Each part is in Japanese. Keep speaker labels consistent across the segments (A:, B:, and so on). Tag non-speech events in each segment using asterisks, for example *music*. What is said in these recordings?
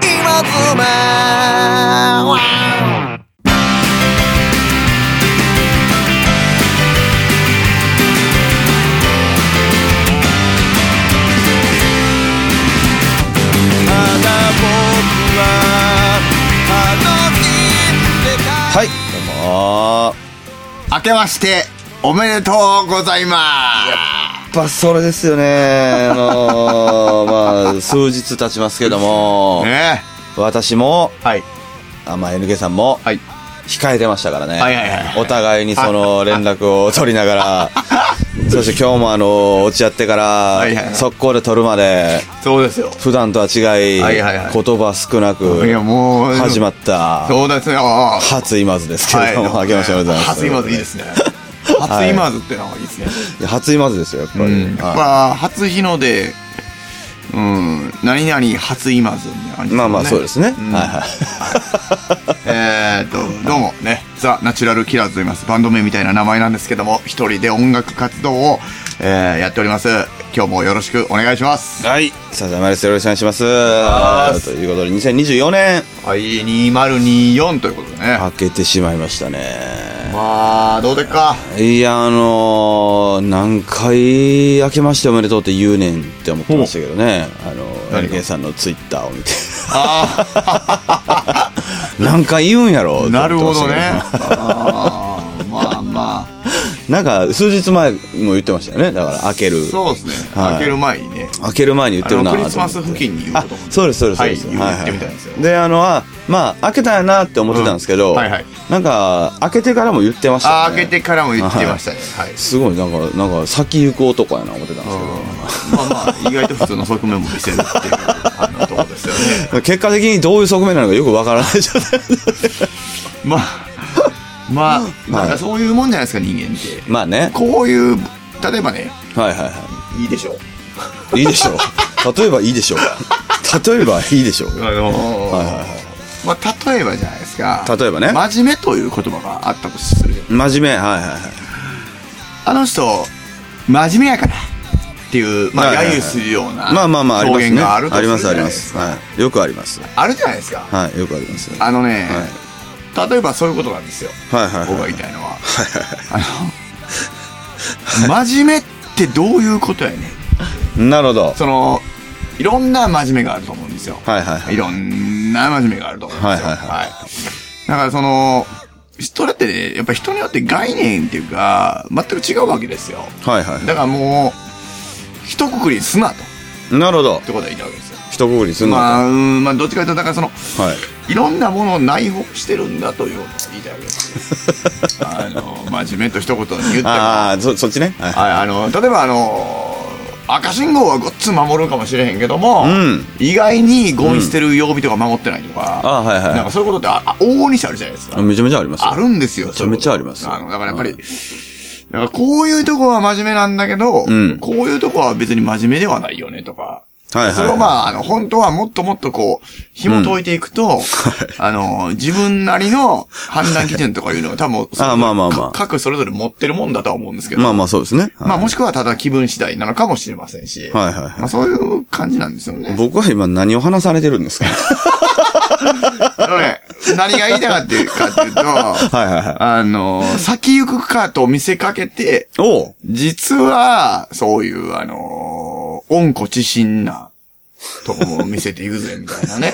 A: 妻ただ僕はあの日世
B: はい、どうも
C: 明けましておめでとうございま
B: やっぱそれですよね。あ
C: *laughs*
B: のー、まあ、数日経ちますけども
C: す。、ね
B: 私も、
C: はい。
B: あまあ、NK さんも、
C: はい。
B: 控えてましたからね。
C: はいはいはい
B: お互いにその連絡を取りな
C: *laughs*
B: がら、そして今日もあの、落ち合ってから、
C: いはいはい
B: 速攻で取るまで、
C: そうですよ。
B: 普段とは違い、
C: はいはいはい
B: 言葉少なく
C: いや、もう。
B: 始ま
C: っ
B: った、
C: そうですよ。は
B: 初今津ですけれども、明けましておめでとうございます。
C: 初今津いいですね。 *laughs* 初
B: はい
C: 今津ってのはいいですね。
B: いや初今津ですよ、やっぱり。
C: うん。
B: はい
C: まあ、初日の出、うん、何々初今津みたいな感じ
B: まあまあそうですね。
C: ん
B: はいはい。
C: えーっと、どうもね、ザ・ナチュラル・キラーズと言います。バンド名みたいな名前なんですけども、一人で音楽活動を、えーやっております。今日もよろしくお願いします。
B: はい。さあ、じゃあ、マリスよろしくお願いします。
C: ます
B: ということで、2024年、
C: はい、2024ということでね。
B: 明けてしまいましたね。
C: まあ、どうでっか。
B: いや、あのー、何回明けましておめでとうって言うねんって思ってましたけどね。あのー、
C: 何が
B: NK さんのツイッターを見て。
C: あ
B: *laughs* 何回言うんやろ
C: あ、
B: う
C: なるほどね。
B: って思ってましたけ
C: あーまあまあ、
B: どなんか、数日前も言ってましたよね。だから、明ける。
C: そうですね。
B: はい
C: 開ける前にね。
B: 開ける前に言ってるな
C: あ
B: と
C: の
B: 思
C: ク
B: っ
C: リ
B: て
C: スマス付近に言うことも
B: あそうですそうですそう
C: はい
B: です
C: 言ってみたんですよ
B: であのあまあ開けたやなって思ってたんですけど、
C: うんはいはい
B: なんか開けてからも言ってましたね
C: あー開けてからも言ってましたね。はい。
B: すごいなんかなんか先行く男やな思ってたんです
C: まあまあ、意外と普通の側面も見せるっていう、あの、とこですよね。
B: けど結果的にどういう側面なのかよくわからない状態
C: *laughs* *laughs* まあ、まあ、なんかそういうもんじゃないですか、人間って。
B: まあね
C: こういう、例えばね、
B: はいはいはい
C: いでしょう。
B: いいでしょう例えばいいでしょう例えばいいでしょう
C: あの
B: はいはいはい
C: まあ、例えばじゃないですか。
B: 例えばね
C: 真面目という言葉があったとするじゃん
B: 真面目はいはいはい
C: あの人、真面目やから。っていう、ま
B: は
C: あ、
B: いはい
C: 揶
B: はい
C: 揄するような。
B: まあまあまああります
C: 表
B: ね
C: 現があると
B: あります
C: る
B: あ
C: じ
B: り
C: ゃな
B: ま
C: いです
B: す
C: か
B: はいよくあります
C: あるじゃないですか。
B: はいよくあります
C: あのね、例えばそういうことなんですよ。
B: はいはいはい
C: 僕が言いたいのは。あの、真面目ってどういうことやねん。
B: なるほどはい
C: その、いろんな真面目があると思うんですよ。
B: はいはい
C: いろんな真面目があると思うんですよ。。
B: はいはいはい
C: だからその、それってね、やっぱ人によって概念っていうか、全く違うわけですよ。
B: はいはい
C: だからもう、一括りにすなと、っ
B: なるほど
C: てことは言いたいわけですよ。
B: 一括りすんのか、
C: まあ、うん、まあ、どっちかというと、だからその、
B: はい
C: いろんなものを内包してるんだというのを言いたいわけですよ。あの、真面目と一言に言っても、はい、
B: ああそそっちねはい
C: あの、例えばあの、赤信号はごっつ守るかもしれへんけども、
B: うん
C: 意外にゴミ捨てる曜日とか守ってないとか、
B: あはいはい
C: なんかそういうことってああ往々にしてあるじゃないですか。
B: めちゃめちゃありますよ
C: あるんですよ。
B: めちゃめちゃあります
C: あの、だからやっぱり、だからこういうとこは真面目なんだけど、
B: うん
C: こういうとこは別に真面目ではないよねとか。
B: はいはいはい
C: それをまあ、あの、本当はもっともっとこう、紐解いていくと、 *laughs* あの、自分なりの判断基準とかいうのを多分、
B: あ *laughs* まあまあまあ
C: か各それぞれ持ってるもんだとは思うんですけど。
B: まあまあそうですね、はい
C: まあもしくはただ気分次第なのかもしれませんし。
B: はいはいはい
C: まあそういう感じなんですよね。
B: 僕は今何を話されてるんですか
C: だから *laughs* ね何が言いたかっていうかって
B: *laughs*
C: いうと、
B: *laughs* はいはいは
C: あの、先行くかと見せかけて、
B: い。おう
C: 実は、そういう、あのー、温故知新な、とこも見せていくぜ、みたいなね。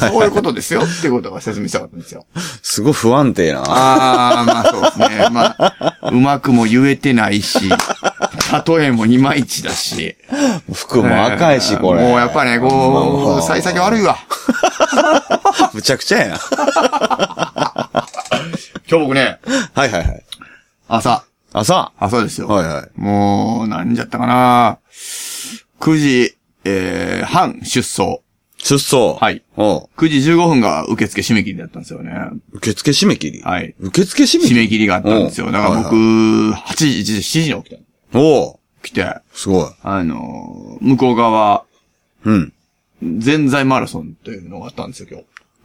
C: そういうことですよ、っていうことが説明したかったんですよ。
B: すごい不安定な。
C: ああ、まあそうですね。まあ、うまくも言えてないし、例えもいまいちだし。
B: 服も赤いし、これ。
C: もうやっぱね、こう、幸先悪いわ。
B: むちゃくちゃやな。
C: 今日僕ね、
B: はいはいはい。
C: 朝、
B: 朝。
C: 朝ですよ。
B: はいはい。
C: もう、なんじゃったかな9時、えー、半出走。
B: 出走。
C: はい。
B: おう
C: 9時15分が受付締め切りだったんですよね。
B: 受付締め切り。
C: はい
B: 受付締め
C: 締
B: 切り
C: め切りがあったんですよ。
B: おう
C: だから僕、
B: は
C: 8時、7時に起きた。
B: いはいおう
C: 来て、
B: すごい。
C: あのー、向こう側、
B: うん。
C: 全在マラソンというのがあったんですよ、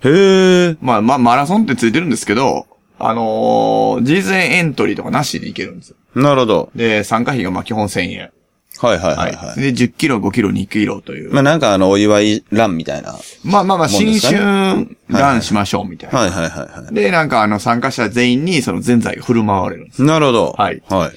C: 今日。
B: へえ。
C: まあ、まあ、マラソンってついてるんですけど、あのー、事前エントリーとかなしで行けるんですよ。
B: なるほど。
C: で、参加費がまあ基本1000円。
B: はいはいは
C: はいい。
B: はい。
C: で、10キロ、5キロ、2キロという。
B: まあなんかあの、お祝い欄みたいな。はい
C: まあまあまあ、
B: もんで
C: 新
B: すかね
C: 春ランしましょうみたいな。
B: はいはいは
C: で、なんかあの、参加者全員にそのぜんざい振る舞われるんです。
B: い。なるほど。
C: はい
B: はい。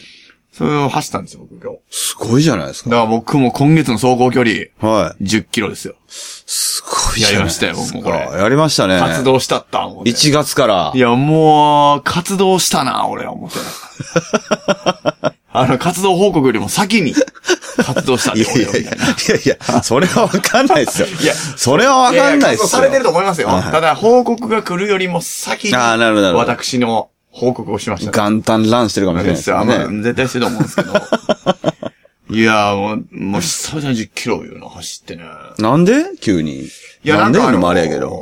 C: それを走ったんですよ、僕今日。
B: すごいじゃないで
C: だ
B: すか。
C: から僕も今月の走行距離、
B: はい。
C: 10キロですよ。
B: すごいじゃないですか
C: やりましたよ僕もこれ
B: やりましたね。
C: 活動したったん、思って
B: 1月から
C: い。や、もう、活動したな、俺は思って。
B: *laughs*
C: あの、活動報告よりも先に、活動したん
B: い
C: で、
B: やい
C: 俺は
B: や
C: み
B: い
C: た
B: や、
C: いな。
B: いやいや、それはわかんないですよ。
C: いや
B: それはわかんない
C: や
B: で
C: 活動
B: すよ。
C: されてると思いますよ。
B: はい
C: ただ、報告が来るよりも先に、
B: あーなるほどなるほど
C: 私の報告をしましたね。
B: 元旦ランしてるかもしれないですよ
C: まあ
B: ね。
C: 絶対してると思うん
B: *laughs*
C: ですけど。いやーもう、もう久々に10キロいうの走ってね。
B: なんで急に。
C: いや、
B: なんで
C: か
B: 言うのもあ
C: の
B: れやけど。。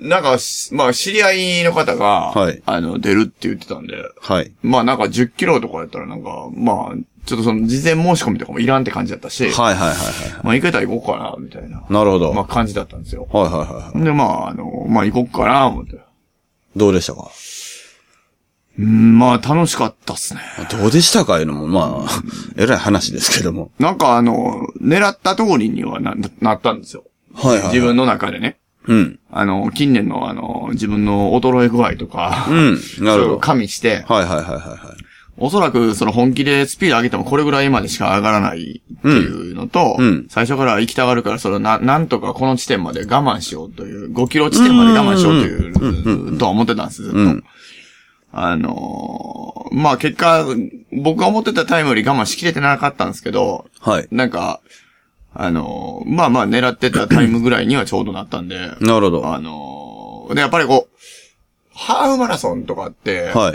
C: なんかし、まあ、知り合いの方が、
B: はい
C: あの、出るって言ってたんで、
B: はい。
C: まあなんか10キロとかやったらなんか、まあ、ちょっとその事前申し込みとかもいらんって感じだったし、
B: はいはいはいは
C: まあ行けたら行こうかな、みたいな、
B: い。なるほど。
C: まあ
B: はい
C: 感じだったんですよ。
B: はいはいは
C: で、まあ、あの、まあ行こうかな、思って。
B: い。どうでしたか
C: うん、まあ楽しかったっすね。
B: どうでしたかいうのも、まあ、えらい話ですけども。
C: なんかあの、狙った通りにはな、なったんですよ。
B: はいはいはい
C: 自分の中でね。
B: うん。
C: あの、近年のあの、自分の衰え具合とか、
B: うん。なる
C: それ
B: ほ
C: を
B: ど。
C: 加味して、
B: はいはいはいはいはい。
C: おそらくその本気でスピード上げてもこれぐらいまでしか上がらないっていうのと、
B: うんうん
C: 最初から行きたがるから、それをな、なんとかこの地点まで我慢しようという、5キロ地点まで我慢しようという、とは思ってたんです、ずっと。
B: ん
C: あのーまあ結果、僕が思ってたタイムより我慢しきれてなかったんですけど、
B: はい。
C: なんか、あのーまあまあ狙ってたタイムぐらいにはちょうどなったんで、
B: なるほど。
C: あのーで、やっぱりこう、ハーフマラソンとかって、
B: は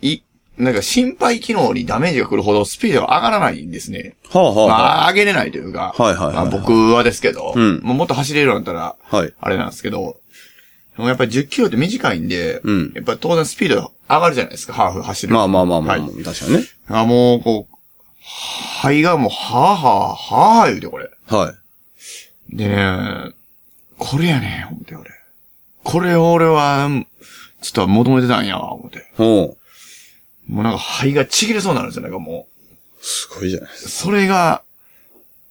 B: い。
C: い、なんか心肺機能にダメージが来るほどスピードが上がらないんですね。
B: はあはあは
C: まあ、上げれないというか、
B: はいはいはいはい
C: まあ僕はですけど、
B: うん
C: もうもっと走れるようになったら、
B: あ。はい。
C: あれなんですけど、でもやっぱり10キロって短いんで、
B: うん
C: やっぱ当然スピード上がるじゃないですか、ハーフ走る。
B: まあまあまあまあ、
C: はい
B: 確かにね。
C: あ、もう、こう、肺がもう、はあはあ、はあ言うて、これ。
B: はい。
C: でね、これやね、思って、俺。これを俺は、ちょっと求めてたんや、思って。
B: ほう。
C: もうなんか肺がちぎれそうになるんですよ、なんかも
B: すごいじゃないです
C: う。それが、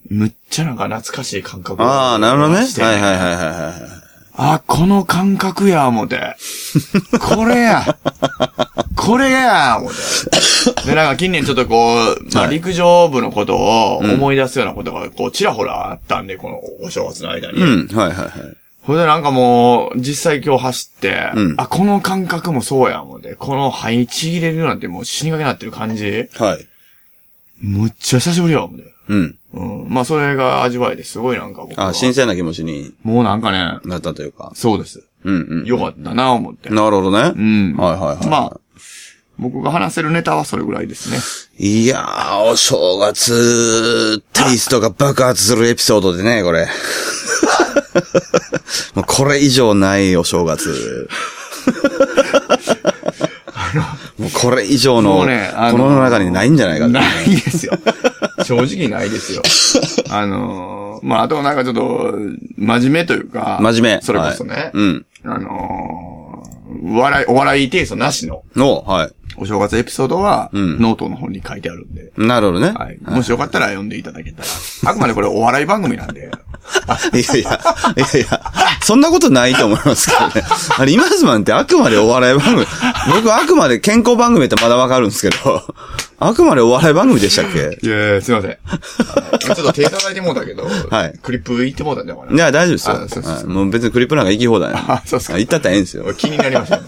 C: むっちゃなんか懐かしい感覚
B: か。ああ、なるほどね。はい
C: して
B: はいはいはいはい。
C: あ、この感覚や、思て。これ
B: *laughs*
C: や。これや、思て。で、なんか近年ちょっとこう、まあ
B: はい
C: 陸上部のことを思い出すようなことが、こう、ちらほらあったんで、このお正月の間に。
B: うん。はいはいはい。
C: それでなんかもう、実際今日走って、
B: うん
C: あ、この感覚もそうや、思て。この肺ちぎれるなんてもう死にかけになってる感じ、
B: はい。
C: むっちゃ久しぶりや、思て。
B: うん。
C: うん。まあ、それが味わえて、すごいなんか僕は。
B: あ、新鮮な気持ちに
C: もうなんかね、
B: なったというか。
C: そうです。
B: うんうん。
C: よかったな、思って。
B: なるほどね。
C: うん。
B: はいはいはい。
C: まあ、僕が話せるネタはそれぐらいですね。
B: いやー、お正月、テイストが爆発するエピソードでね、これ。 *laughs* もうこれ以上ないお正月。もうこれ以上の、
C: も
B: こ
C: うねあ
B: の
C: の
B: 世の中にないんじゃないかって
C: ないです
B: *laughs*
C: よ。正直ないですよ。あのー、まあ、あとなんかちょっと、真面目というか。
B: 真面目。
C: それこそね。
B: はいうん。
C: あのー、笑い、お笑いテイストなしの
B: の、はい。
C: お正月エピソードは、
B: ん
C: ノートの本に書いてあるんで。
B: なるほどね。
C: はい。もしよかったら読んでいただけたら。あくまでこれお笑い番組なんで。
B: いやいや、いやいや、そんなことないと思いますけどね。あれ、今ズマンってあくまでお笑い番組。僕あくまで健康番組ってまだわかるんですけど、あくまでお笑い番組でしたっけ
C: いやいや、すいません。あの *laughs* ちょっと手叩いてもうたけど、
B: はい
C: クリップ言ってもうたんじゃない
B: いや、大丈夫ですよ。
C: あそうそうそう
B: はいもう別にクリップなんか行き放題なんで。
C: あそうっすか
B: 行ったったらええんですよ。
C: 気になりました *laughs* ね、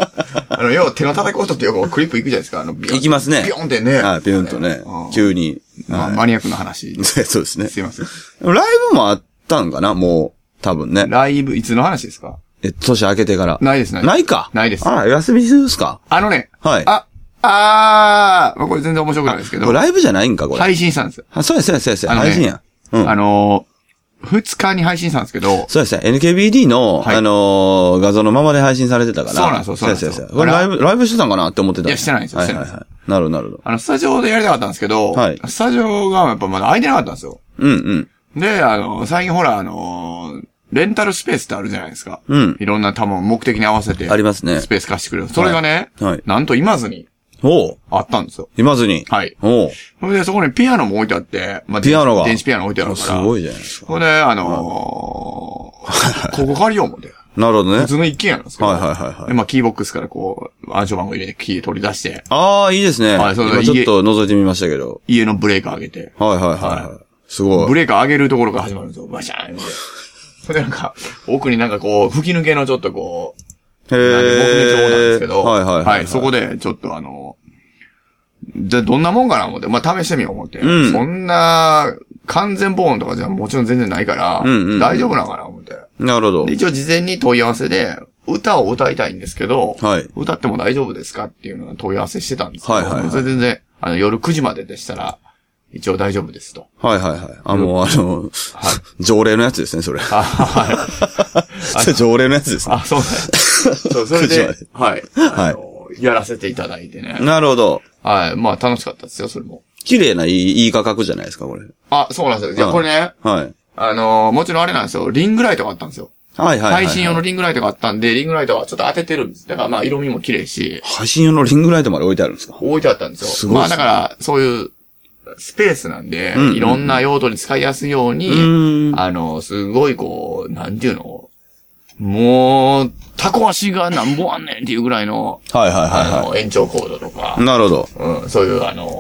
C: あの、要は手の叩く音ってよくクリップ行くじゃないですか。あの、ビヨン
B: 行きますね。
C: ビヨンってね。
B: はい、ピヨンとね
C: うん。
B: 急に。。
C: まあ、マニアックな話
B: *laughs* そうです
C: *laughs*
B: ね。
C: すいません。
B: ライブもあったんかなもう、多分ね。
C: ライブ、いつの話ですか
B: え、年明けてから。
C: ないですね。
B: ないか。
C: ないです
B: あら、休みですか
C: あのね。
B: はい
C: あ、あー、まあ、これ全然面白くないですけ
B: これ
C: ど。
B: ライブじゃないんか、これ。
C: 配信したんですよ。
B: あ、そうや、そうや、そうやそうや、
C: あのね
B: 配信や。うん。
C: あのー、2日に配信したんですけど、
B: そうですね。NKBD の、
C: はい
B: あのー画像のままで配信されてたから。
C: そうなんですよそうなんですよ
B: そうやそうやこれライブ、ライブしてたんかなって思ってた。
C: いやしてないんですよ
B: は
C: して
B: い
C: ない
B: は
C: ん
B: い
C: ですよ
B: はい。なるほどなるほど。
C: あの、スタジオでやりたかったんですけど、
B: はい
C: スタジオがやっぱまだ空いてなかったんですよ。
B: うんうん。
C: で、あの、最近ほら、あのー、レンタルスペースってあるじゃないですか。
B: うん
C: いろんな多分目的に合わせて。
B: ありますね
C: スペース貸してくれる。それがね、
B: はいはい
C: なんと今ずに、
B: おう
C: あったんですよ。
B: 今津に。
C: はい
B: おう
C: それで、そこにピアノも置いてあって、まあ、
B: ピアノが
C: 電子ピアノ置いてあるから。
B: すごいじゃないですか。
C: それで、あのー、ここ借りよう思って。
B: なるほどね
C: 普。通の一軒家なんですけど。
B: はいはいはいはい
C: でまあ、キーボックスからこう、暗証番号入れてキー取り出して、
B: ああ、いいですね。
C: はいそうだ
B: 今ちょっと覗いてみましたけど。
C: 家のブレーカー上げて、
B: はいはいはいは。
C: はい
B: すご
C: ブ
B: い。
C: レーカー上げるところから始まるんですよ。バシャーンって。それでなんか、奥になんかこう、吹き抜けのちょっとこう、
B: へ
C: なんで僕の情報なんですけど、
B: はいはいはい。
C: そこで、ちょっとあの、じゃあどんなもんかな思って、まあ、試してみよう思って、
B: うん
C: そんな、完全防音とかじゃもちろん全然ないから、
B: うんうん
C: 大丈夫なのかな思って。
B: なるほど
C: で。一応事前に問い合わせで、歌を歌いたいんですけど、
B: はい
C: 歌っても大丈夫ですかっていうのが問い合わせしてたんですけど、
B: はいはいはい
C: それ全然、あの、夜9時まででしたら、一応大丈夫ですと。
B: はいはいはい。あ、もうあの、条例のやつですね、それ。
C: あ、はい。
B: それ *laughs* 条例のやつですね。
C: あ、そうなんです *laughs* そう、それ
B: 9
C: で
B: 時、
C: はい。あのやらせていただいてね。
B: なるほど。
C: はい。まあ、楽しかったですよ、それも。
B: 綺麗ないい、いい価格じゃないですか、これ。
C: あ、そうなんですよ。じゃ
B: う
C: あ
B: ん
C: これね、
B: はい。
C: あのーもちろんあれなんですよ。リングライトがあったんですよ。
B: はいはいはい。
C: 配信用の。リングライトがあったんで、リングライトはちょっと当ててるんです。だからまあ、色味も綺麗し、
B: 配信用のリングライトまで置いてあるんですか
C: 置いてあったんですよ。
B: すごい
C: ま
B: で
C: あ、
B: す
C: だ
B: ね
C: から、そういう、スペースなんで、
B: んうんうん
C: いろんな用途に使いやすいように、
B: ーん
C: あの、すごいこう、なんていうのもう、タコ足がなんぼあんねんっていうぐらいの、
B: はいはい
C: あ
B: は
C: の、延長コードとか
B: いは、い。なるほど。
C: うん、そういう、あの、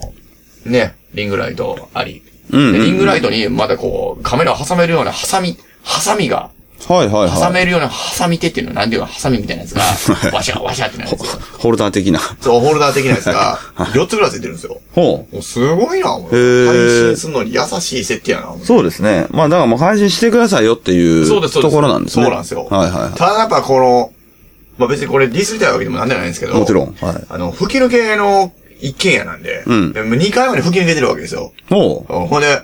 C: ね、リングライトあり。
B: うんうんうん
C: でリングライトに、まだこう、カメラを挟めるような、ハサミ、ハサミが、
B: はいはい
C: 挟
B: は
C: めるような、ハサミ手っていうのは、なんていうか、ハサミみたいなやつが、ワシャワシャってなるんですよ。
B: い。ホルダー的な。
C: そう、ホルダー的なやつが、4つぐらいついてるんですよ。
B: ほ
C: もうすごいな、もう。
B: へー
C: 配信するのに優しい設定やな、思
B: う。
C: う
B: そうですね。まあだからもう配信してくださいよっていう
C: そうです、そうで
B: と
C: す。
B: ころなんですね。
C: そうなんですよ。
B: はいはいは
C: ただやっぱこの、まあ別にこれディスりたいわけでもなんでもないんですけど。
B: もちろんはい
C: あの、吹き抜けの一軒家なんで、
B: うん
C: でも2回まで吹き抜けてるわけですよ。
B: い。ほ
C: うんほんで、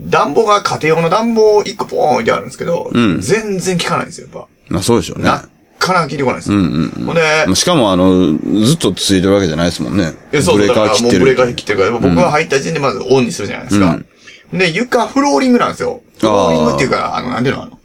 C: 暖房が家庭用の暖房1個ポーン置いてあるんですけど、
B: うん
C: 全然効かないんですよ、やっ
B: う。まあそうでしょう
C: ぱ。
B: ね。
C: なっから効いてこないんですよ。ほんで、
B: まあしかもあの、ずっとついてるわけじゃないですもんね。
C: えそうそう、
B: ブレー
C: だか
B: カ
C: ら
B: ー
C: も
B: 切っ
C: う
B: て
C: ブレーカ
B: る。
C: ー切ってるから、僕が入った時点でまずオンにするじゃないですか。で、床フローリングなんですよ。フローリングっていうか、あの、なんていうのあの、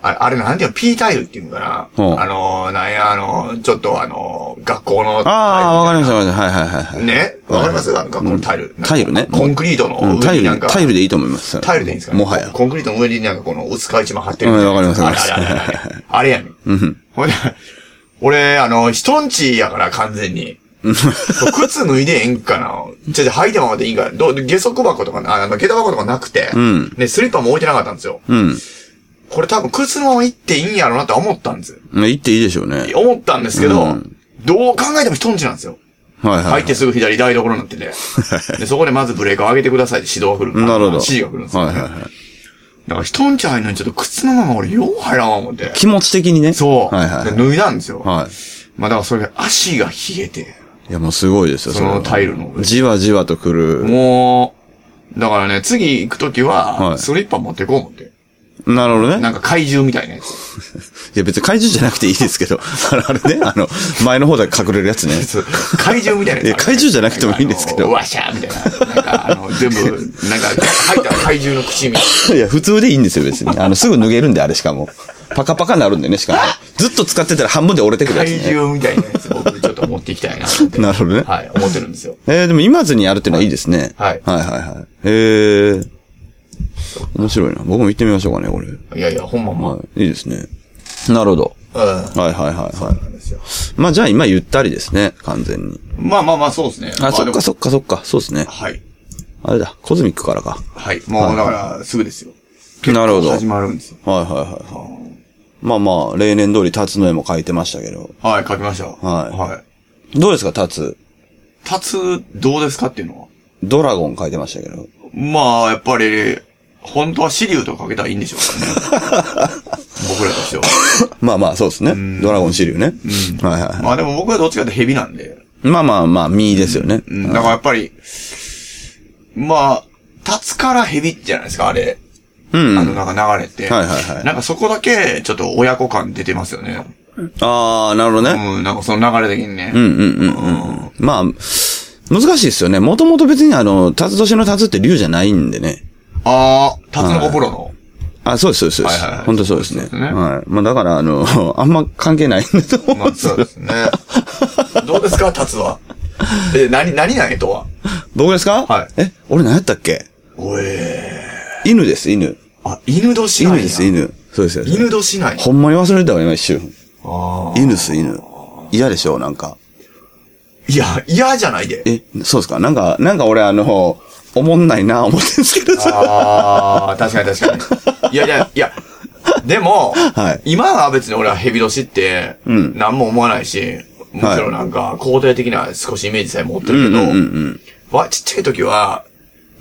C: あれ、あれなんていうの ?P タイルっていうのかな、
B: うん
C: あの、なんや、あの、ちょっとあの、学校の。
B: ああ、わかりましたわかりました。はいはいはいはい。
C: ねわかります、学校のタイル。
B: タイルね。
C: コンクリートの
B: うんタ
C: 上
B: イ
C: になん
B: ル、
C: か。
B: タイルでいいと思います。
C: タイルでいいんですかね
B: もはや。
C: コンクリートの上になんかこの、薄皮一枚貼ってるみたいな。
B: うんわかりますわかります
C: あれあれあれあれ。あれやねん。
B: うん。
C: ほいで、俺、あの、人んちやから、完全
B: *laughs*
C: に。靴脱いでええんかなじゃじゃ履いてもらっていいんかなどう下足箱とかな、あの、下駄箱とかなくて、
B: ん
C: で、スリッパも置いてなかったんですよ。
B: うん。
C: これ多分靴のまま行っていいんやろうなって思ったんですよ。
B: まあ行っていいでしょうね。はい
C: 思ったんですけど、
B: うん
C: どう考えても人んちなんですよ。
B: はいは
C: 入
B: い。
C: ってすぐ左台所になっ
B: *laughs*
C: てて。で、そこでまずブレーカー上げてくださいって指導が来る。
B: なるほど。
C: 指示が来るんですよ。
B: はいはいはい。
C: だから人んち入るのにちょっと靴のまま俺よう入らんわ思って。
B: 気持ち的にね。
C: そう。
B: はいはい
C: で脱いだんですよ。
B: はい。
C: まあだからそれが足が冷えて、
B: いや、もうすごいですよ、
C: その
B: れは
C: タイルの上
B: じわじわとくる。
C: もう、だからね、次行くとき
B: は
C: は、
B: い
C: スリッパ持ってこう思って。
B: なるほど
C: な
B: ね。
C: んか怪獣みたいなやつ。
B: いや、別に怪獣じゃなくていいですけど、 *laughs* あれあれね、あの、前の方で隠れるやつね。
C: 怪獣みたいなやつ。
B: いや *laughs* 怪獣じゃなくてもいいんですけど
C: あのワシャーみたいな。なんか、あの、全部、なんか、入った怪獣の口みたい
B: *laughs* いや、普通でいいんですよ、別 *laughs* に。あの、すぐ脱げるんで、あれしかも。パカパカなるんでね、しかも。ずっと使ってたら半分で折れてく *laughs*
C: な。
B: るやつ
C: 怪
B: ね。
C: 獣みたいなやつ、僕ちょっと持っていきたいなと思って。
B: なるほどね。
C: はい、思ってるんですよ。
B: えー、でも今津にやるってのはいいですね。
C: はい
B: はいはいはい。えー。面白いな。僕も行ってみましょうかね、これ。
C: いやいや、ほんまもう。
B: はい。いいですね。なるほど。
C: うん。
B: はいはいはいは
C: なんですよ。
B: い。まあじゃあ今ゆったりですね、完全に。
C: まあまあまあ、そうですね。ま
B: あ、そ
C: でも
B: っかそっかそっか、そうですね。
C: はい。
B: あれだ、コズミックからか。
C: はい。もう、だから、すぐですよ。
B: なるほど。はい
C: 始まるんですよ。
B: はいはい。まあまあ、例年通りタツの絵も描いてましたけど。
C: はい、書きました。
B: はい
C: はい。
B: どうですか、タツ。
C: タツ、どうですかっていうのは
B: ドラゴン描いてましたけど。
C: まあ、やっぱり、本当はシリウとかけたらいいんでしょう *laughs* かね。僕らとしては。
B: まあまあ、そうですね。ドラゴンシリュウね。はいはいは
C: まあでも僕はどっちかってヘビなんで。
B: い。まあまあまあ、ミーですよね。
C: うん、だからやっぱり、まあ、タツからヘビじゃないですか、あれ。
B: うん。
C: あ
B: あ
C: の、なんか流れって。
B: はいはいはい
C: なんかそこだけ、ちょっと親子感出てますよね。
B: あー、なるほどね。
C: うん、なんかその流れ的にね。
B: うんうんうんうん。まあ、難しいですよね。もともと別にあの、タツ年のタツって竜じゃないんでね。
C: ああ、タツの心の。
B: あ、そうです、そうです。
C: はいはいはい
B: 本当そうですね。
C: そうですね
B: はい。 *laughs* まあだから、 *laughs* あの、あんま関係ないんだと思
C: *laughs*
B: う
C: まあ、そうですね。どうですか、タツは。え、何、何なんやとは。
B: 僕ですか
C: はい
B: え、俺何やったっけ
C: おえ
B: 犬です、犬。
C: ー。あ、犬年な
B: 犬
C: んや
B: です、。犬。そうですよ。
C: 犬年なんや。
B: ほんまに忘れたわ、今一瞬。
C: あー
B: 犬です、犬。嫌でしょ、なんか。
C: いや、嫌じゃないで。
B: え、そうですかなんか、なんか俺あの、おもんないな、思ってるんです
C: *laughs*
B: けどさ。
C: *laughs* ああ、確かに確かに。いやいや、いや、でも、
B: はい
C: 今は別に俺はヘビ年って、
B: ん
C: 何も思わないし、むしろなんか、肯定的な少しイメージさえ持ってるけど、
B: うんうんうん
C: わ、ちっちゃい時は、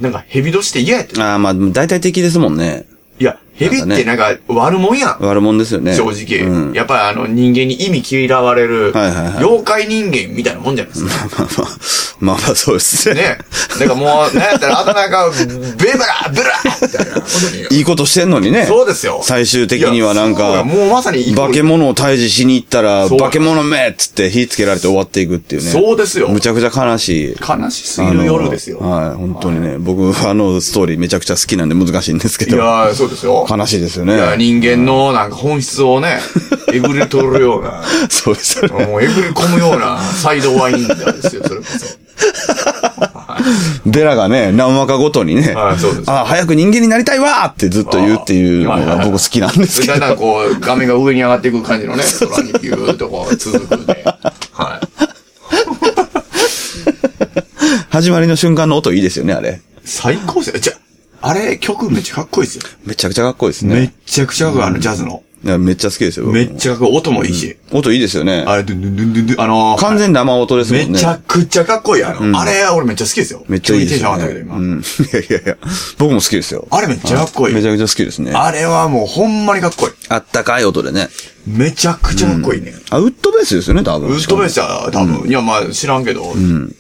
C: なんかヘビ年って嫌やって。
B: ああ、まあ、大体敵ですもんね。
C: いや、ヘビっ
B: なんか
C: てな
B: ね
C: んか悪もんやん。
B: 悪者ですよね。
C: 正直、
B: うん。 *laughs*
C: やっぱりあの人間に意味嫌われる、
B: はいはいはい
C: 妖怪人間みたいなもんじゃないですか。
B: まあまあまあ、まあまあそうですね。
C: ね。なんかもう、なんやったら、あとなんか、ベブラブラみたいなことに
B: いいことしてんのにね。
C: そうですよ。
B: 最終的にはな
C: い
B: ん
C: や
B: か、
C: そうやもうまさに、
B: 化け物を退治しに行ったら、
C: そう
B: 化け物めっつって火つけられて終わっていくっていうね。
C: そうですよ
B: むちゃくちゃ悲しい。
C: 悲しすぎる夜ですよ。
B: あのはい、本当にね。僕、あのストーリーめちゃくちゃ好きなんで難しいんですけ
C: い
B: ど。
C: やー、そうですよ。
B: 悲しいですよ
C: いや
B: ね。
C: 人間のなんか本質をね、えぐり取るような、
B: *laughs* そうですよね。
C: もうえぐり込むようなサイドワインダーですよ、それこそ。
B: ベラがね、何話かごとにね、
C: はいそうです
B: あ早く人間になりたいわーってずっと言うっていうの
C: あーはいはい
B: が
C: はい
B: 僕好きなんですけ
C: だん
B: ど。
C: だんこう、画面が上に上がっていく感じのね、空にビューっとこう続くね。はい。 *laughs*
B: 始まりの瞬間の音いいですよね、あれ。
C: 最高ですよ。じゃ、あれ曲めっちゃかっこいいですよ。
B: めちゃくちゃかっこいいです
C: めっ
B: ね。
C: ちゃくちゃかっこいい、あのジャズの。
B: いやめっちゃ好きですよ、僕
C: めっちゃかっこいい。音もいいし。
B: 音いいですよね。
C: あれ、ドゥンドゥンドゥンドゥンドゥン、あのー、
B: 完全生音ですもんね。
C: めちゃくちゃかっこいい。あの、あれ、俺めっちゃ好きですよ。
B: めっちゃいい
C: 急
B: で
C: にテン
B: す
C: ション上
B: よ、
C: がったけ
B: ね。
C: ど、今。
B: うん。いやいやいや、僕も好きですよ。
C: あれめっちゃかっこいい
B: めちゃくちゃ好きですね。
C: あれはもうほんまにかっこいい。
B: あったかい音でね。
C: めちゃくちゃかっこいいね。
B: あ、ウッドベースですよね、多分。
C: ウッドベースは多分、いやまあ知らんけど、ウッ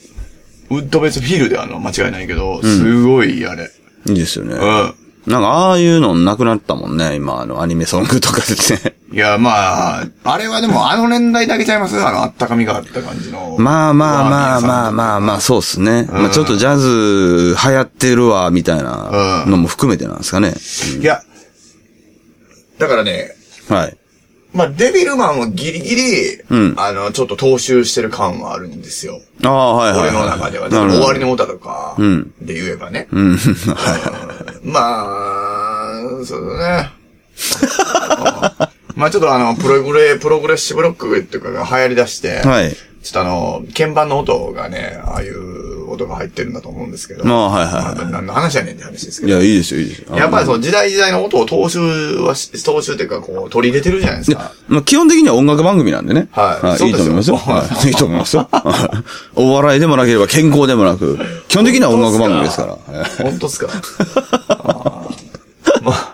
C: ドベースフィールではあの間違いないけど、すごいあれ。
B: いいですよね。
C: う
B: なんか、ああいうのなくなったもんね、今、あの、アニメソングとかでね。
C: ん。いやまあ、あれはでもあの年代だけちゃいますあの、あったかみがあった感じの。
B: まあまあまあまあ
C: あ。
B: まあまあ、そうっすね。まあちょっとジャズ流行ってるわ、みたいなのも含めてなんですかね。
C: いや、だからね、
B: はい。
C: まあデビルマンはギリギリ、
B: うん
C: あの、ちょっと踏襲してる感はあるんですよ。
B: ああ、はいはい、はい。
C: 俺の中では。
B: なるほ
C: 終
B: ど
C: わりの歌とか、
B: ん
C: で言えばね。
B: うん。 *laughs*
C: まあ、そうだ
B: *laughs*
C: ね。まあちょっとあの、プログレ、プログレッシブロックとかが流行り出して、
B: はい。
C: ちょっとあの、鍵盤の音がね、ああいう音が入ってるんだと思うんですけど、
B: まあ、はいはい
C: まあ何の話やねんって話ですけ
B: い
C: ど、
B: や、いいですよ、いいですよ。
C: やっぱりその時代時代の音を踏襲はし、踏襲っていうかこう、取り入れてるじゃないですか。
B: まあ、基本的には音楽番組なんでね。
C: はい
B: いいと思いますよ。
C: そうですよ
B: はい。いいと思いますよ。はいお笑いでもなければ健康でもなく、基本的には音楽番組ですから。はい
C: 本当っすか
B: *laughs*
C: あーまあ、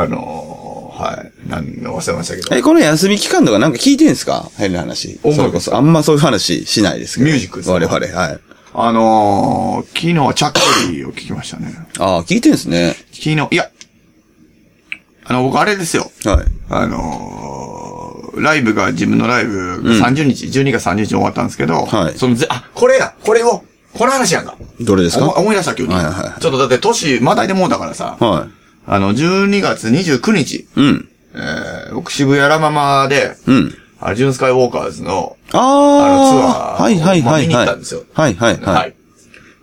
C: あのー、はい。なんの忘れましたけど。
B: え、この休み期間とかなんか聞いてんすか変な話。
C: 音楽
B: それこそ。あんまそういう話しないですけど。
C: ミュージックですか
B: 我々、はい。
C: あのー、昨日はチャックリーを聞きましたね。
B: ああ、聞いてんすね。
C: 昨日、いや、あの、僕あれですよ。
B: はい。
C: あのー、ライブが、自分のライブが30日、12月30日に終わったんですけど、
B: はい
C: そのぜ、あ、これや、これを、この話やんか。
B: どれですか
C: お思い出した、急に。
B: はいはいはい
C: ちょっとだって、年、またいでもうだからさ、
B: は
C: あの、12月29日、
B: い。うん。
C: えー、僕渋谷ラママで、
B: うん。
C: あのジュンスカイウォーカーズの、
B: ああ。
C: あのツアー
B: はいはい
C: まあ
B: はいはい。
C: 見に行ったんですよ
B: はいはいはい。
C: はい。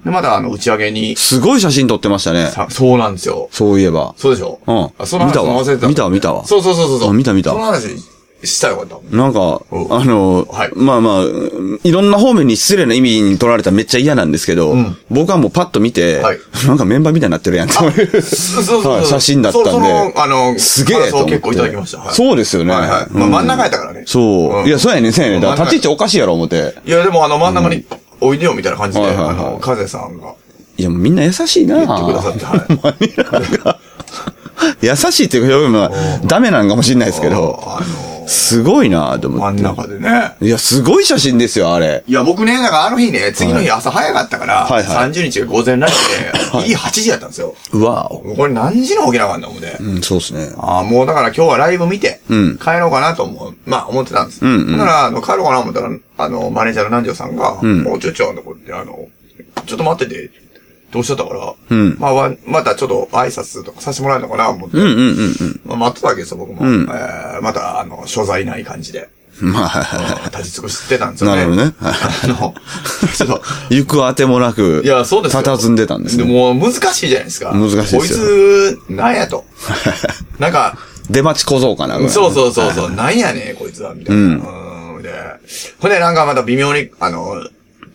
C: で、まだあの、打ち上げに、
B: すごい写真撮ってましたね。
C: さそうなんですよ。
B: そういえば。
C: そうでしょ
B: うん
C: あその話
B: 見たわ
C: も忘れてた。
B: 見たわ見たわ
C: そうそうそうそう。
B: うん見た見た
C: その話したよかった。
B: なんか、
C: うん
B: あの、
C: はい
B: まあまあ、いろんな方面に失礼な意味に取られたらめっちゃ嫌なんですけど、
C: ん
B: 僕はもうパッと見て、
C: はい
B: なんかメンバーみたいになってるやんそういう。
C: そうそうそう
B: はい写真だったんで
C: そうそのあの、
B: すげえ
C: そう
B: と思って
C: 結構いただきました。はい
B: そうですよね。
C: はいはい。まあ
B: うん
C: 真ん中やったからね。
B: そう。
C: ん
B: いや、そうやねん、そうやねん。だから立ち
C: 真ん中
B: 位置おかしいやろ、思って。
C: いや、でもあの真ん中に、おいでよみたいな感じで、
B: はいはいは
C: あ
B: い
C: の、カゼさんが
B: いや、もうみんな優しいな
C: 言ってくださって、はい。
B: 優しいっていう表現はダメなんかもしれないですけど、
C: あの、
B: すごいなと思
C: 真
B: っ
C: ん
B: て。
C: 中でね。
B: いや、すごい写真ですよ、あれ。
C: いや、僕ね、だからあの日ね、次の日朝早かったから、
B: はいはい
C: 30日が午前ライブで、いい8時やったんですよ。
B: うわお。
C: これ何時の起きなあかんだもんね。
B: うん、そうですね。
C: ああ、もうだから今日はライブ見て、
B: うん
C: 帰ろうかなと思う、まあ思ってたんです。
B: うんうん
C: だから、あの、帰ろうかな思ったら、あの、マネージャーの南條さんが、もうちょいちょいのこって、あの、ちょっと待ってて、どうしちゃったから、
B: ん
C: まあわ、またちょっと挨拶とかさせてもらえるのかな思って、
B: うんうんうんうん。
C: まあ、待ってたわけですよ、僕も。
B: ん
C: えーまた、あの、所在ない感じで。
B: まあ、
C: 立ち尽くしてたんですよね。
B: なるほどね
C: *laughs* あの、ちょっ
B: *laughs*
C: と、
B: 行くあてもなく、
C: いや、そうですよ。
B: 佇んでたんです
C: で
B: ね。
C: も、難しいじゃないですか。
B: 難しいですよ
C: こいつ、なんや
B: *laughs*
C: と。なんか、
B: 出待ち小僧かな、ぐらいの
C: *laughs* そうそうそう、
B: *laughs*
C: そうなんやねんこいつは、みたいな。うん。で、ほんで、なんかまた微妙に、あの、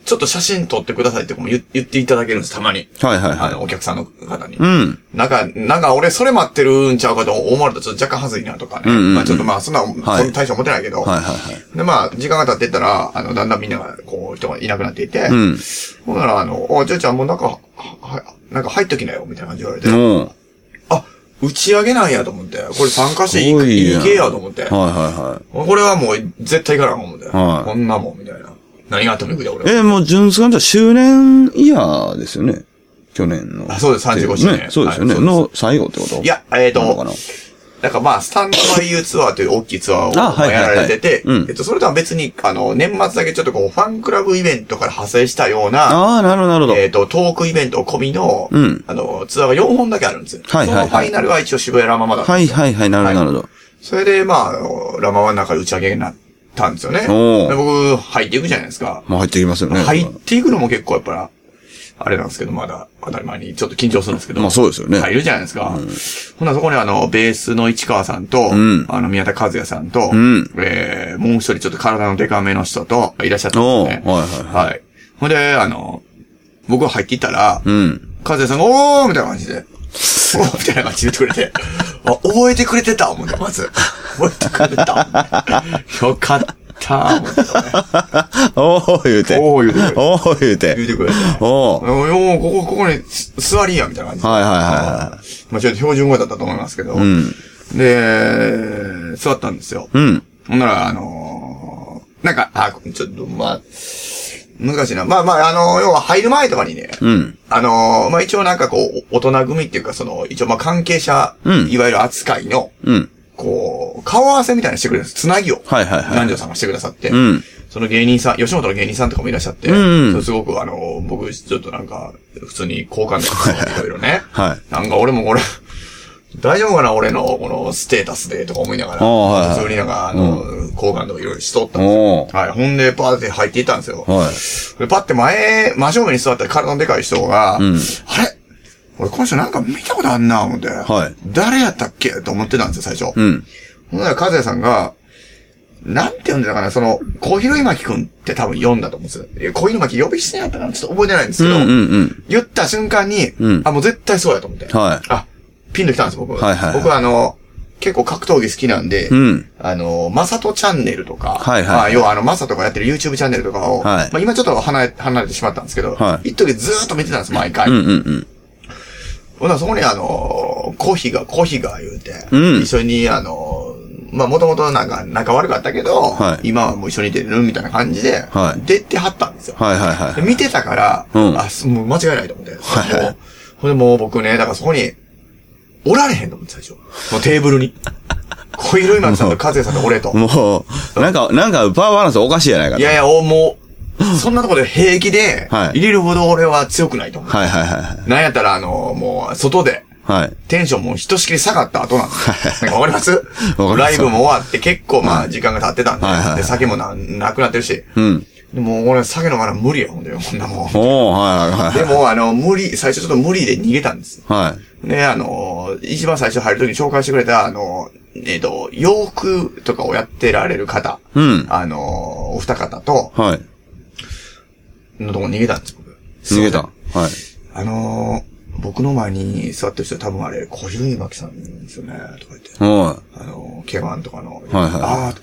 C: ちょっと写真撮ってくださいっても言言っていただけるんです、たまに。
B: はいはい
C: あ
B: はい。
C: の、お客さんの方に。
B: ん
C: なんか、なんか俺それ待ってるんちゃうかと思われたらちょっと若干恥ずいなとかね。まあちょっとまあそんな、
B: い
C: そんな大将持てないけど。
B: はいはいは
C: でまあ、時間が経ってったら、あの、だんだんみんなが、こう、人がいなくなっていて。ほんなら、あの、おじゃあちゃんもうなんか、は、はなんか入っときなよ、みたいな感じで言われて。
B: もう、
C: あ、打ち上げなんやと思って。これ参加してい
B: すごい
C: い
B: やん
C: いけやと思って。
B: はいは
C: これはもう絶対行かなあかん思うんだよ。
B: はい
C: こんなもん、みたいな。何があっても行くで、俺
B: い
C: は。
B: はい。え、もう、純さんじゃ周年イヤーですよね。去年の。
C: あそうです35周年
B: ねそうですよね。
C: はいそう
B: の最後ってこと
C: い、や、えっ、
B: なの
C: と
B: かな、
C: なんかまあ、スタンドバイユーツアーという大きいツア
B: あ
C: ー
B: は
C: を
B: いはい
C: や
B: はい
C: られてて
B: うん、
C: えっと、それとは別に、あの、年末だけちょっとこう、ファンクラブイベントから派生したような、
B: ああ、なるほどなるほど。
C: えっと、トークイベント込みの
B: ん、
C: あの、ツアーが4本だけあるんですよ。
B: はいはいはい
C: そのファイナルは一応渋谷ラママだった
B: はいはいはい、なるほどなるほど。
C: それで、まあ、あのラママの中で打ち上げになったんですよね。で
B: おー
C: 僕、入っていくじゃないですか。
B: まあ入ってきますよね。
C: 入っていくのも結構やっぱら、あれなんですけど、まだ当たり前にちょっと緊張するんですけど。
B: まあそうですよね
C: 入るじゃないですか。ほんならそこにあの、ベースの市川さんと、
B: ん
C: あの、宮田和也さんと、
B: ん
C: えーもう一人ちょっと体のデカめの人と、いらっしゃったんですね。
B: おうはいはい
C: はい。ほんで、あの、僕が入っていったら、
B: うん。
C: 和也さんが、おーみたいな感じで、おーみたいな感じで言ってくれ
B: *laughs*
C: て、あ、覚えてくれてた思って、まず。覚えてくれて
B: *laughs*
C: た思って。よかった思って、ね、
B: おー言うて。
C: おー言うてくれて
B: おー言うて。
C: 言うてくれて。
B: おー
C: もうよう、ここ、ここにす座りや、みたいな感じで。
B: はいはいはいは
C: まあちょっと標準語だったと思いますけど。で、座ったんですよ。
B: うん。
C: ほんなら、あのーなんか、あ、ちょっと、まあ、難しいな。まあまあ、あのー要は入る前とかにね、
B: うん。
C: あのーまあ一応なんかこう、大人組っていうか、その、一応まあ関係者、
B: うん
C: いわゆる扱いの、
B: うん。
C: こう、顔合わせみたいなのしてくれるんです。つなぎを。
B: はいはいはい
C: 男女さんがしてくださって。
B: ん
C: その芸人さん、吉本の芸人さんとかもいらっしゃって。
B: んうん
C: それすごくあの、僕、ちょっとなんか、普通に好感度がいろいろね。
B: はい
C: なんか俺もこれ、大丈夫かな俺の、この、ステータスで、とか思いながら。
B: ああはいはい
C: 普通になんか、あの、好感度いろいろしとったんです
B: お
C: よ。
B: ー
C: はい。ほんで、パーって入っていったんですよ。
B: はい
C: で、パって前、真正面に座った体のでかい人が、あれ俺この人なんか見たことあんな、思って。
B: はい
C: 誰やったっけと思ってたんですよ、最初。
B: うん。
C: ほんなら、かずやさんが、なんて呼んでたかな、その、小広巻くんって多分読んだと思うんですよいや。小広巻呼び捨てやったかな、ちょっと覚えてないんです
B: う
C: け
B: ん
C: ど、
B: うんうん。
C: 言った瞬間に、
B: うん
C: あ、もう絶対そうやと思って。
B: はい
C: あ、ピンときたんです、僕。
B: はいはいはい
C: 僕はあの、結構格闘技好きなんで、
B: うん
C: あの、マサトチャンネルとか、
B: はいはい
C: まあ、要はあの、マサとかやってる YouTube チャンネルとかを、
B: はい
C: まあ今ちょっと離れ、離れてしまったんですけど、
B: はい
C: 一時ずーっと見てたんです、毎回。
B: うんうん
C: ほんならそこにあの、コヒが、コヒが言うて、
B: うん
C: 一緒にあの、まあ、もともとなんか仲悪かったけど、
B: はい
C: 今はもう一緒に出るみたいな感じで、
B: はい
C: 出てはったんですよ。
B: はいはいはい
C: で見てたから、
B: うん
C: あ、すもう間違いないと思って。
B: はい
C: もうほんでもう僕ね、だからそこに、おられへんと思って最初。もうテーブルに。小色今さんと和也さんと俺と
B: うん。。もう、なんか、なんか、パワーバランスおかしいやないかと
C: いやいや、おもう、そんなとこで平気で、
B: はい
C: 入れるほど俺は強くないと思う。
B: はいはいはい
C: なんやったら、あの、もう、外で、
B: はい。はい。
C: テンションもひとしきり下がった後なんですよ。なんかわかります
B: ります
C: ライブも終わって結構まあ時間が経ってたんで、
B: はいはいはい
C: で酒もななくなってるし、
B: うん。
C: でもう俺酒飲まな無理やほんで、こんなもん。
B: おー、はいはいはい。
C: でもあの、無理、最初ちょっと無理で逃げたんです。
B: はい。
C: ね、あの、一番最初入るときに紹介してくれた、あの、えっ、と、洋服とかをやってられる方、
B: うん
C: あの、お二方と、
B: はい。
C: のとこ逃げたんです、僕。
B: 逃げた。はい。
C: あのー僕の前に座ってる人は多分あれ、小昼巻さんですよね、とか言って。
B: おい。
C: あの、K1 とかの。
B: いはい
C: ああ、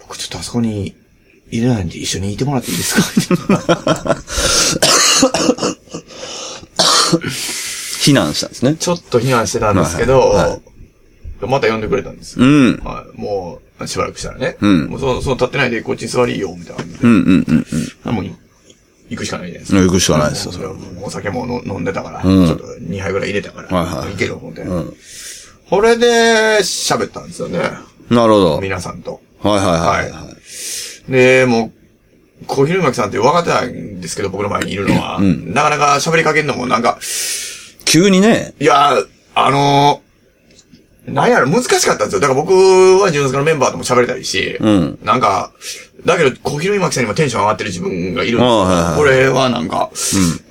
C: 僕ちょっとあそこに入れないんで一緒にいてもらっていいですか *laughs*
B: 避難したんですね。
C: ちょっと避難してたんですけど、
B: はい
C: また呼んでくれたんです。
B: うん。
C: はい、もう、しばらくしたらね。
B: うん
C: もうその、その立ってないでこっちに座りよ、みたいな感じで。
B: うんうんうん
C: あもう、行くしかないじゃないです
B: う
C: か。
B: ん。よくしかないです
C: もう
B: よ、そ
C: そ
B: れ
C: れ
B: は。
C: はもうお酒もの飲んでたから、
B: うん
C: ちょっと2杯ぐらい入れたから、
B: はいはい
C: ける思って。
B: ん
C: これで、喋ったんですよね。
B: なるほど。はい
C: 皆さんと。
B: はいはいはい。
C: で、もう、小昼巻さんって分かってないんですけど、僕の前にいるのは。なかなか喋りかけるのもなんか、
B: 急にね、
C: いやー、あのなんやろ、難しかったんですよ。だから僕は純スカのメンバーとも喋れたりし、
B: うん
C: なんか、だけど、小広い巻さんにもテンション上がってる自分がいるんです
B: ああはいはい
C: よ。これはなんか、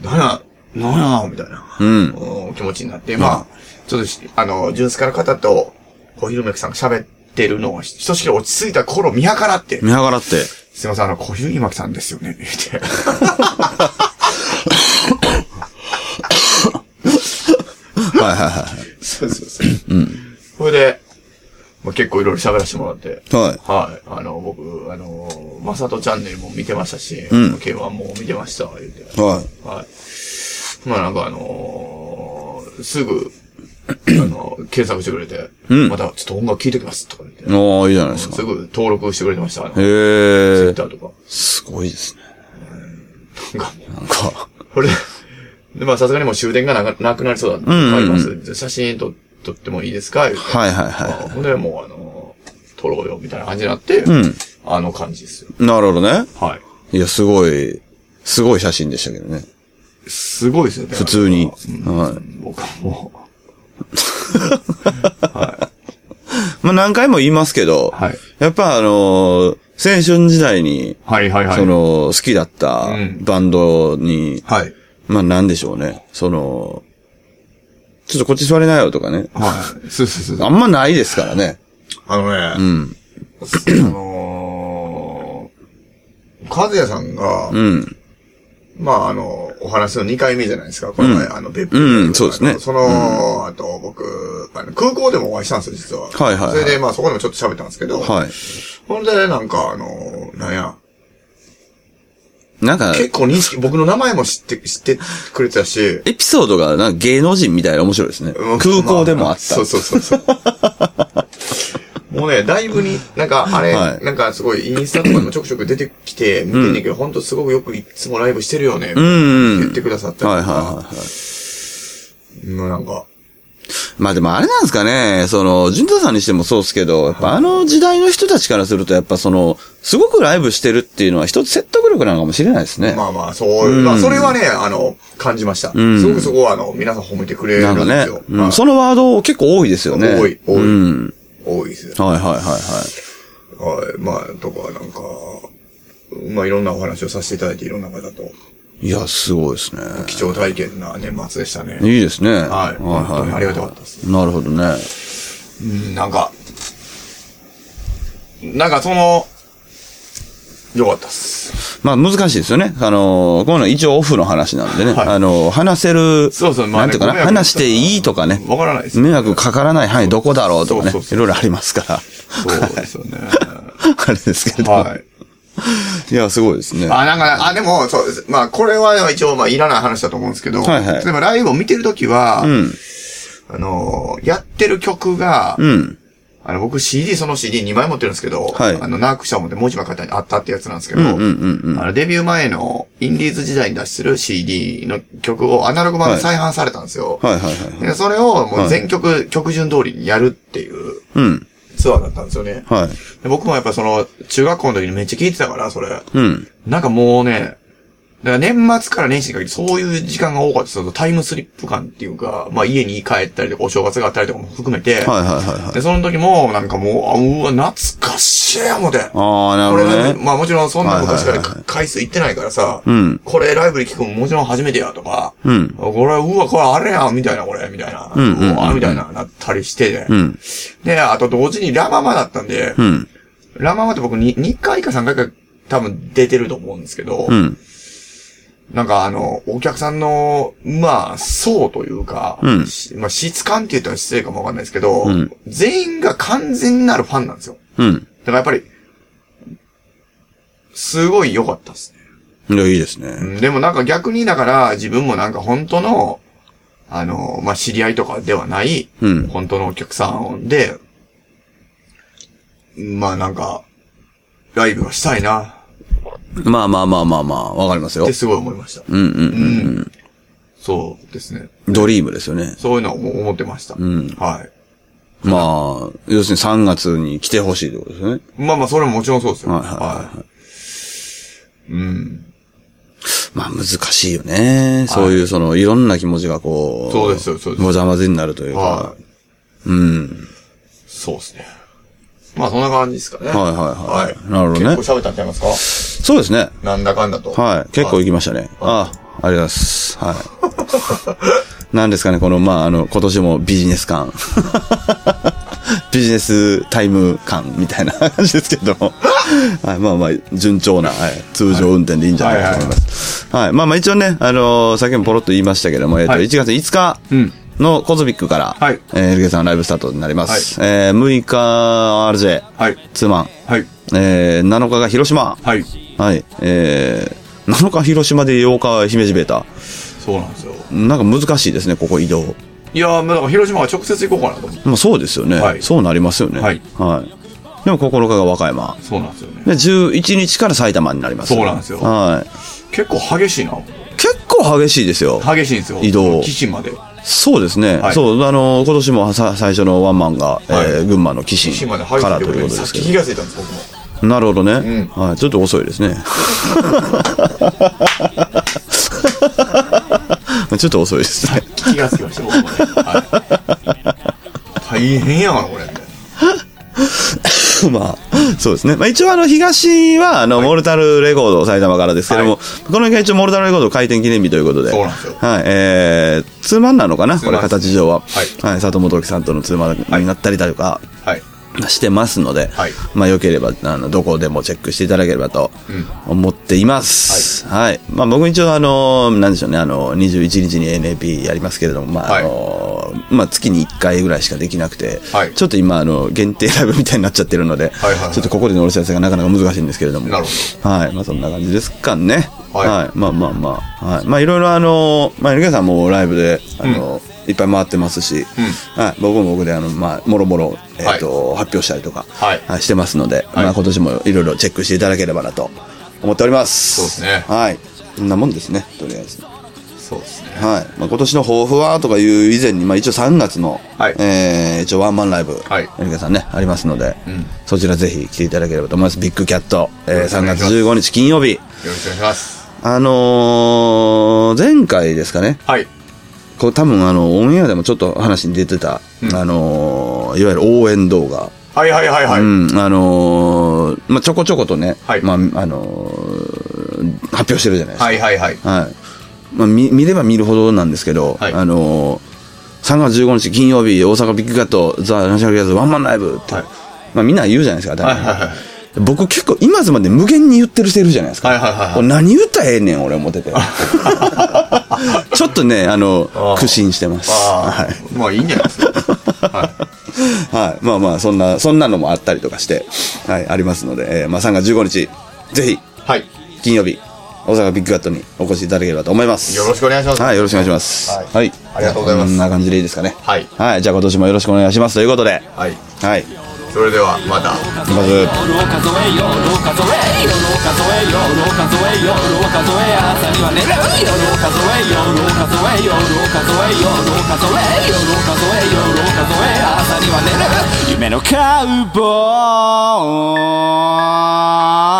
C: なんや、なんや、みたいな、
B: うん
C: お気持ちになって、まあ、ちょっとし、あの、純スカの方と小広い巻さんが喋ってるのを、ひとしきり落ち着いた頃見計らって、
B: 見計らって。
C: すいません、あの、小広い巻さんですよ *laughs* ね、言って。
B: はいはいは
C: そうそうそう。うん。それで、まあ、結構いろいろ喋らせてもらって。
B: い。はい。
C: はい。あの、僕、あの、まさとチャンネルも見てましたし、K1 も見てました、言うて。
B: はい。
C: はい。まあなんかあのーすぐ、あの、検索してくれて、またちょっと音楽聴いてきます、とか言って。
B: おー、いいじゃないですか。
C: すぐ登録してくれてました、あの、
B: へ
C: ツイッ
B: ー。
C: ターとか。
B: すごいですね。
C: なんか、
B: なんか。
C: これ、で、まあさすがにもう終電がなくなくなりそうだったんで、帰ります。写真撮撮ってもいいですか言うて
B: はいはいは
C: あほんで、もうあの、撮ろうよ、みたいな感じになって、あの感じですよ。
B: い。なるほどね。
C: はい。
B: いや、すごい、すごい写真でしたけどね。
C: すごいですよね。
B: 普通に。はい。
C: 僕はも
B: まあ、何回も言いますけど、
C: はい
B: やっぱあのー青春時代に、
C: う。はいはいはい。
B: そ、の、好きだった
C: うん
B: バンドに、
C: はい。
B: まあ、なんでしょうね。その、ちょっとこっち座りなよとかね。
C: はい。そうそうそう。
B: あんまないですからね。
C: あのね、
B: うん。
C: あのー、和也さんが、
B: うん。
C: まあ、あの、お話の2回目じゃないですか。この前、あの、別府で
B: うんそうですね
C: あのその、あと、僕、あの空港でもお会いしたんですよ、実は。
B: はいはいはい
C: それで、まあ、そこでもちょっと喋ったんですけど、
B: はい。
C: ほんで、なんか、あの、なんや、
B: なんか、
C: 結構認識、僕の名前も知って、知ってくれてたし、
B: エピソードがなんか芸能人みたいな面白いですね。 *laughs* 空港でもあった。
C: そうそうそうそう。もうね、だいぶに、なんか、あれ、
B: はい
C: なんかすごい、インスタとかにもちょくちょく出てきて、見てんねんけど、ほんとすごくよくいつもライブしてるよね、
B: ん
C: 言ってくださった
B: はい
C: り
B: はい
C: とか
B: はいはい。
C: もうなんか、
B: まあでもあれなんですかね、その、順太さんにしてもそうですけど、やっぱあの時代の人たちからすると、やっぱその、すごくライブしてるっていうのは一つ説得力なのかもしれないですね。
C: まあまあ、そういう、まあ、それはね、あの、感じました。すごくそこは、あの、皆さん褒めてくれ
B: な
C: る
B: んか
C: ん
B: ね
C: ですよ、。
B: うん
C: まあ
B: そのワード結構多いですよね。
C: 多い多い
B: うん。
C: 多いですよ。
B: はいはいはいはい。
C: はい。まあ、とか、なんか、まあ、いろんなお話をさせていただいて、いろんな方と、
B: いや、すごいですね。
C: 貴重体験な年末でしたね。
B: いいですね。はい
C: はい。本当にありがたかったです。
B: なるほどね。
C: うんなんか、なんかその、よかったっす。
B: まあ難しいですよね。あのー、こういうのは一応オフの話なんでね。
C: はい
B: あのー、話せる、
C: そうそうまあ
B: なん
C: ね
B: ていうかな、
C: ご迷惑
B: 話していいとかね。
C: わからないです
B: 迷惑かからない範囲どこだろうとかね。
C: そうそうそう
B: いろいろありますから。 *laughs*
C: そうですよね。
B: あれですけど。
C: はい。
B: いや、すごいですね。
C: あ、なんか、あ、でも、そうです。まあ、これは一応、まあ、いらない話だと思うんですけど、
B: はいはい
C: 例えばライブを見てるときは、
B: うん。
C: あのー、やってる曲が、
B: うん。
C: あの、僕 CD、その CD2 枚持ってるんですけど、
B: はい
C: あの、ナークシャーもで文字ばっかりあったってやつなんですけど、
B: うんうんうん
C: あの、デビュー前のインディーズ時代に出してる CD の曲をアナログ版で再販されたんですよ。
B: はいはいはい。
C: でそれをもう全曲、曲順通りにやるっていう
B: うん。
C: ツアーだったんですよね。
B: はい。
C: で僕もやっぱその、中学校の時にめっちゃ聴いてたから、それ。
B: うん。
C: なんかもうね、だから年末から年始にかけてそういう時間が多かったですタイムスリップ感っていうか、まあ家に帰ったりとかお正月があったりとかも含めて、
B: はいはいはいはい。
C: で、その時も、なんかもう、あうわ、懐かしい思て。
B: ああ、な
C: これ
B: るほど
C: ね、
B: ね。
C: まあもちろんそんな昔か
B: はい
C: ら
B: はいはいはい
C: 回数行ってないからさ、
B: ん
C: これライブで聞くのもちろん初めてやとか、
B: うん
C: これ、うわ、これあれやん、みたいな、これ、みたいな、
B: んうんうんうん
C: うわみたいな、なったりしてね。
B: うん。
C: で、あと同時にラママだったんで、
B: うん。
C: ラママって僕に2回か3回か多分出てると思うんですけど、
B: うん。
C: なんかあの、お客さんの、まあ、層というか、
B: うん
C: しまあ、質感って言ったら失礼かもわかんないですけど、
B: うん
C: 全員が完全なるファンなんですよ。
B: うん。
C: だからやっぱり、すごい良かったですね。
B: いや、いいです
C: う
B: ね。
C: んでもなんか逆にだから自分もなんか本当の、あの、まあ、知り合いとかではない、
B: うん
C: 本当のお客さんで、まあなんか、ライブがしたいな、
B: まあまあまあまあまあ、わかります
C: っ
B: よ
C: て。すごい思いました。
B: うん
C: う
B: うん。
C: ん。そうですね。
B: ドリームですよね。
C: そういうのは思思ってました。
B: ん
C: はい。
B: まあ、要するに3月に来てほしいってことですよね。
C: まあまあ、それももちろんそうですよ。
B: はいはい
C: はい。うん。
B: まあ難しいよね。そういうその、いろんな気持ちがこう、
C: そうですそうです
B: ござまぜになるというか。
C: はい。
B: うん。
C: そうですね。まあ、そんな感じですかね。
B: はいはいはい
C: はい。
B: なるほどね
C: 結構喋ったんちゃいます
B: そうですね。
C: かなんだかんだと。
B: はい。結構行きましたね。ああ、ありがとうござい *laughs* ます。はい。何ですかね、この、まあ、あの、今年もビジネス感。 *laughs* ビジネスタイム感みたいな感じですけど
C: *laughs*
B: も。はい、まあまあ、順調な、はい、通常運転でいいんじゃないかと思います。はい、まあまあ一応ね、あのー、先もポロっと言いましたけども、えっ、と、
C: はい
B: 1月5日
C: うん
B: のコズビックから、
C: はい
B: えー、LK さんライブスタートになります。えー、6日 RJ、
C: はい
B: ツーマン、
C: はい。
B: えー、7日が広島、
C: はい。
B: はい。えー、7日広島で8日は姫路ベータ。
C: そうなんですよ。
B: なんか難しいですね、ここ移動。
C: いやー、まあ、だから広島は直接行こうかなと思って。
B: まあそうですよね。
C: はい
B: そうなりますよね。
C: はい
B: はいでも9日が和歌山。
C: そうなんですよね。
B: で、11日から埼玉になります、
C: そうなんですよ
B: はい。
C: 結構激しいな。
B: 結構激しいですよ。
C: 激しいんですよ。
B: 移動
C: 基地まで。
B: そうですね。
C: はい
B: そう、あの、今年もさ最初のワンマンが、えー
C: はい
B: 群馬の騎
C: 基地
B: 士
C: まで激し
B: か
C: いっ
B: ら
C: て
B: と
C: こ
B: い
C: と
B: うこ
C: にさっ
B: とです
C: き
B: け
C: 気
B: ど。
C: がついたんです、僕も。
B: なるほどね、はい。ちょっと遅
C: *laughs*
B: いですね。 *laughs* ちょっと遅いですね。
C: 気がつきました、僕もね。はい、大変やな、これ。
B: *laughs* まあ、そうですね。まあ一応あの、東は、あの、モルタルレコード埼玉からですけども、
C: は
B: この日が一応モルタルレコード開店記念日ということで。
C: そうなんですよ
B: はい、えー、ツーマンなのかな
C: ツ
B: こ
C: ーマ
B: れ
C: ン
B: 形上は。
C: はい
B: はい。佐藤元樹さんとのツーマンになったりだとか、
C: はい。
B: してますので、
C: はい
B: まあ、よければ、あの、どこでもチェックしていただければと思っています。はい。まあ、僕一応、あの、なんでしょうね、あの、21日に NAP やりますけれども、まあ、
C: はい
B: あの、まあ、月に1回ぐらいしかできなくて、
C: はい
B: ちょっと今、あの、限定ライブみたいになっちゃってるので、
C: はいはいはい
B: ちょっとここでのお知らせがなかなか難しいんですけれども、
C: なるほ
B: はい。まあ、そんな感じですかね。
C: はい
B: まあまあまあ、はい。まあ、いろいろ、あの、まあ、NK さんもライブで、あの、いっぱい回ってますし、はい、僕も僕で、あの、まあ、もろもろ、えっ、と、発表したりとか、
C: はい
B: はいしてますので、
C: い
B: まあ、今年もいろいろチェックしていただければなと思っております。
C: そうですね
B: はい。そんなもんですね、とりあえず。は
C: そうですね。
B: い。まあ、今年の抱負はとかいう以前に、まあ、一応3月の、
C: はい
B: えー一応ワンマンライブ、
C: はい
B: エリカさんね、ありますので、
C: ん
B: そちらぜひ来ていただければと思います。ビッグキャット、えー、
C: よろしくお
B: 3
C: 願いし
B: 月
C: ます
B: 15日金曜日。
C: よろしくお願いします。
B: あのー前回ですかね、
C: はい。
B: こう多分あの、オンエアでもちょっと話に出てた、あのーいわゆる応援動画。
C: はいはいはいはい。
B: うん、あのーまあ、ちょこちょことね、
C: はい
B: まあ、あのー発表してるじゃないです
C: はいはいはい。
B: か。はい。まあ、見、見れば見るほどなんですけど、
C: はい
B: あのー3月15日金曜日、大阪ビッグカット、ザ・ナショナルギャズワンマンライブって、
C: はい
B: まあ、みんな言うじゃないですか、大
C: は
B: 体
C: いはいはい
B: 僕結構今まで無限に言ってる人いるじゃないですか。
C: はいはいはいはい
B: これ何言ったらええねん、俺思ってて。 *laughs* ちょっとね、あの、
C: あー
B: 苦心してます。は
C: あ
B: い。
C: あ、まあいいんじゃないですか。
B: はい。まあまあ、そんな、そんなのもあったりとかして、はい、ありますので、えーまあ3月15日、ぜひ、
C: はい。
B: 金曜日、大阪ビッグガットにお越しいただければと思います。
C: よろしくお願いします。
B: はい、よろしくお願いします。
C: は
B: はいい。
C: ありがとうございます
B: こんな感じでいいですかね。
C: はい
B: はい、じゃあ今年もよろしくお願いしますということで、
C: はい。
B: はい。
C: それでは、また。
B: まず、
D: 夜を数えよう数えよう数えよう数えよう数え朝には寝る夜を数えよう数えよう数えよう数えよう数えよう数えよう数え朝には寝る夢のカウボーイ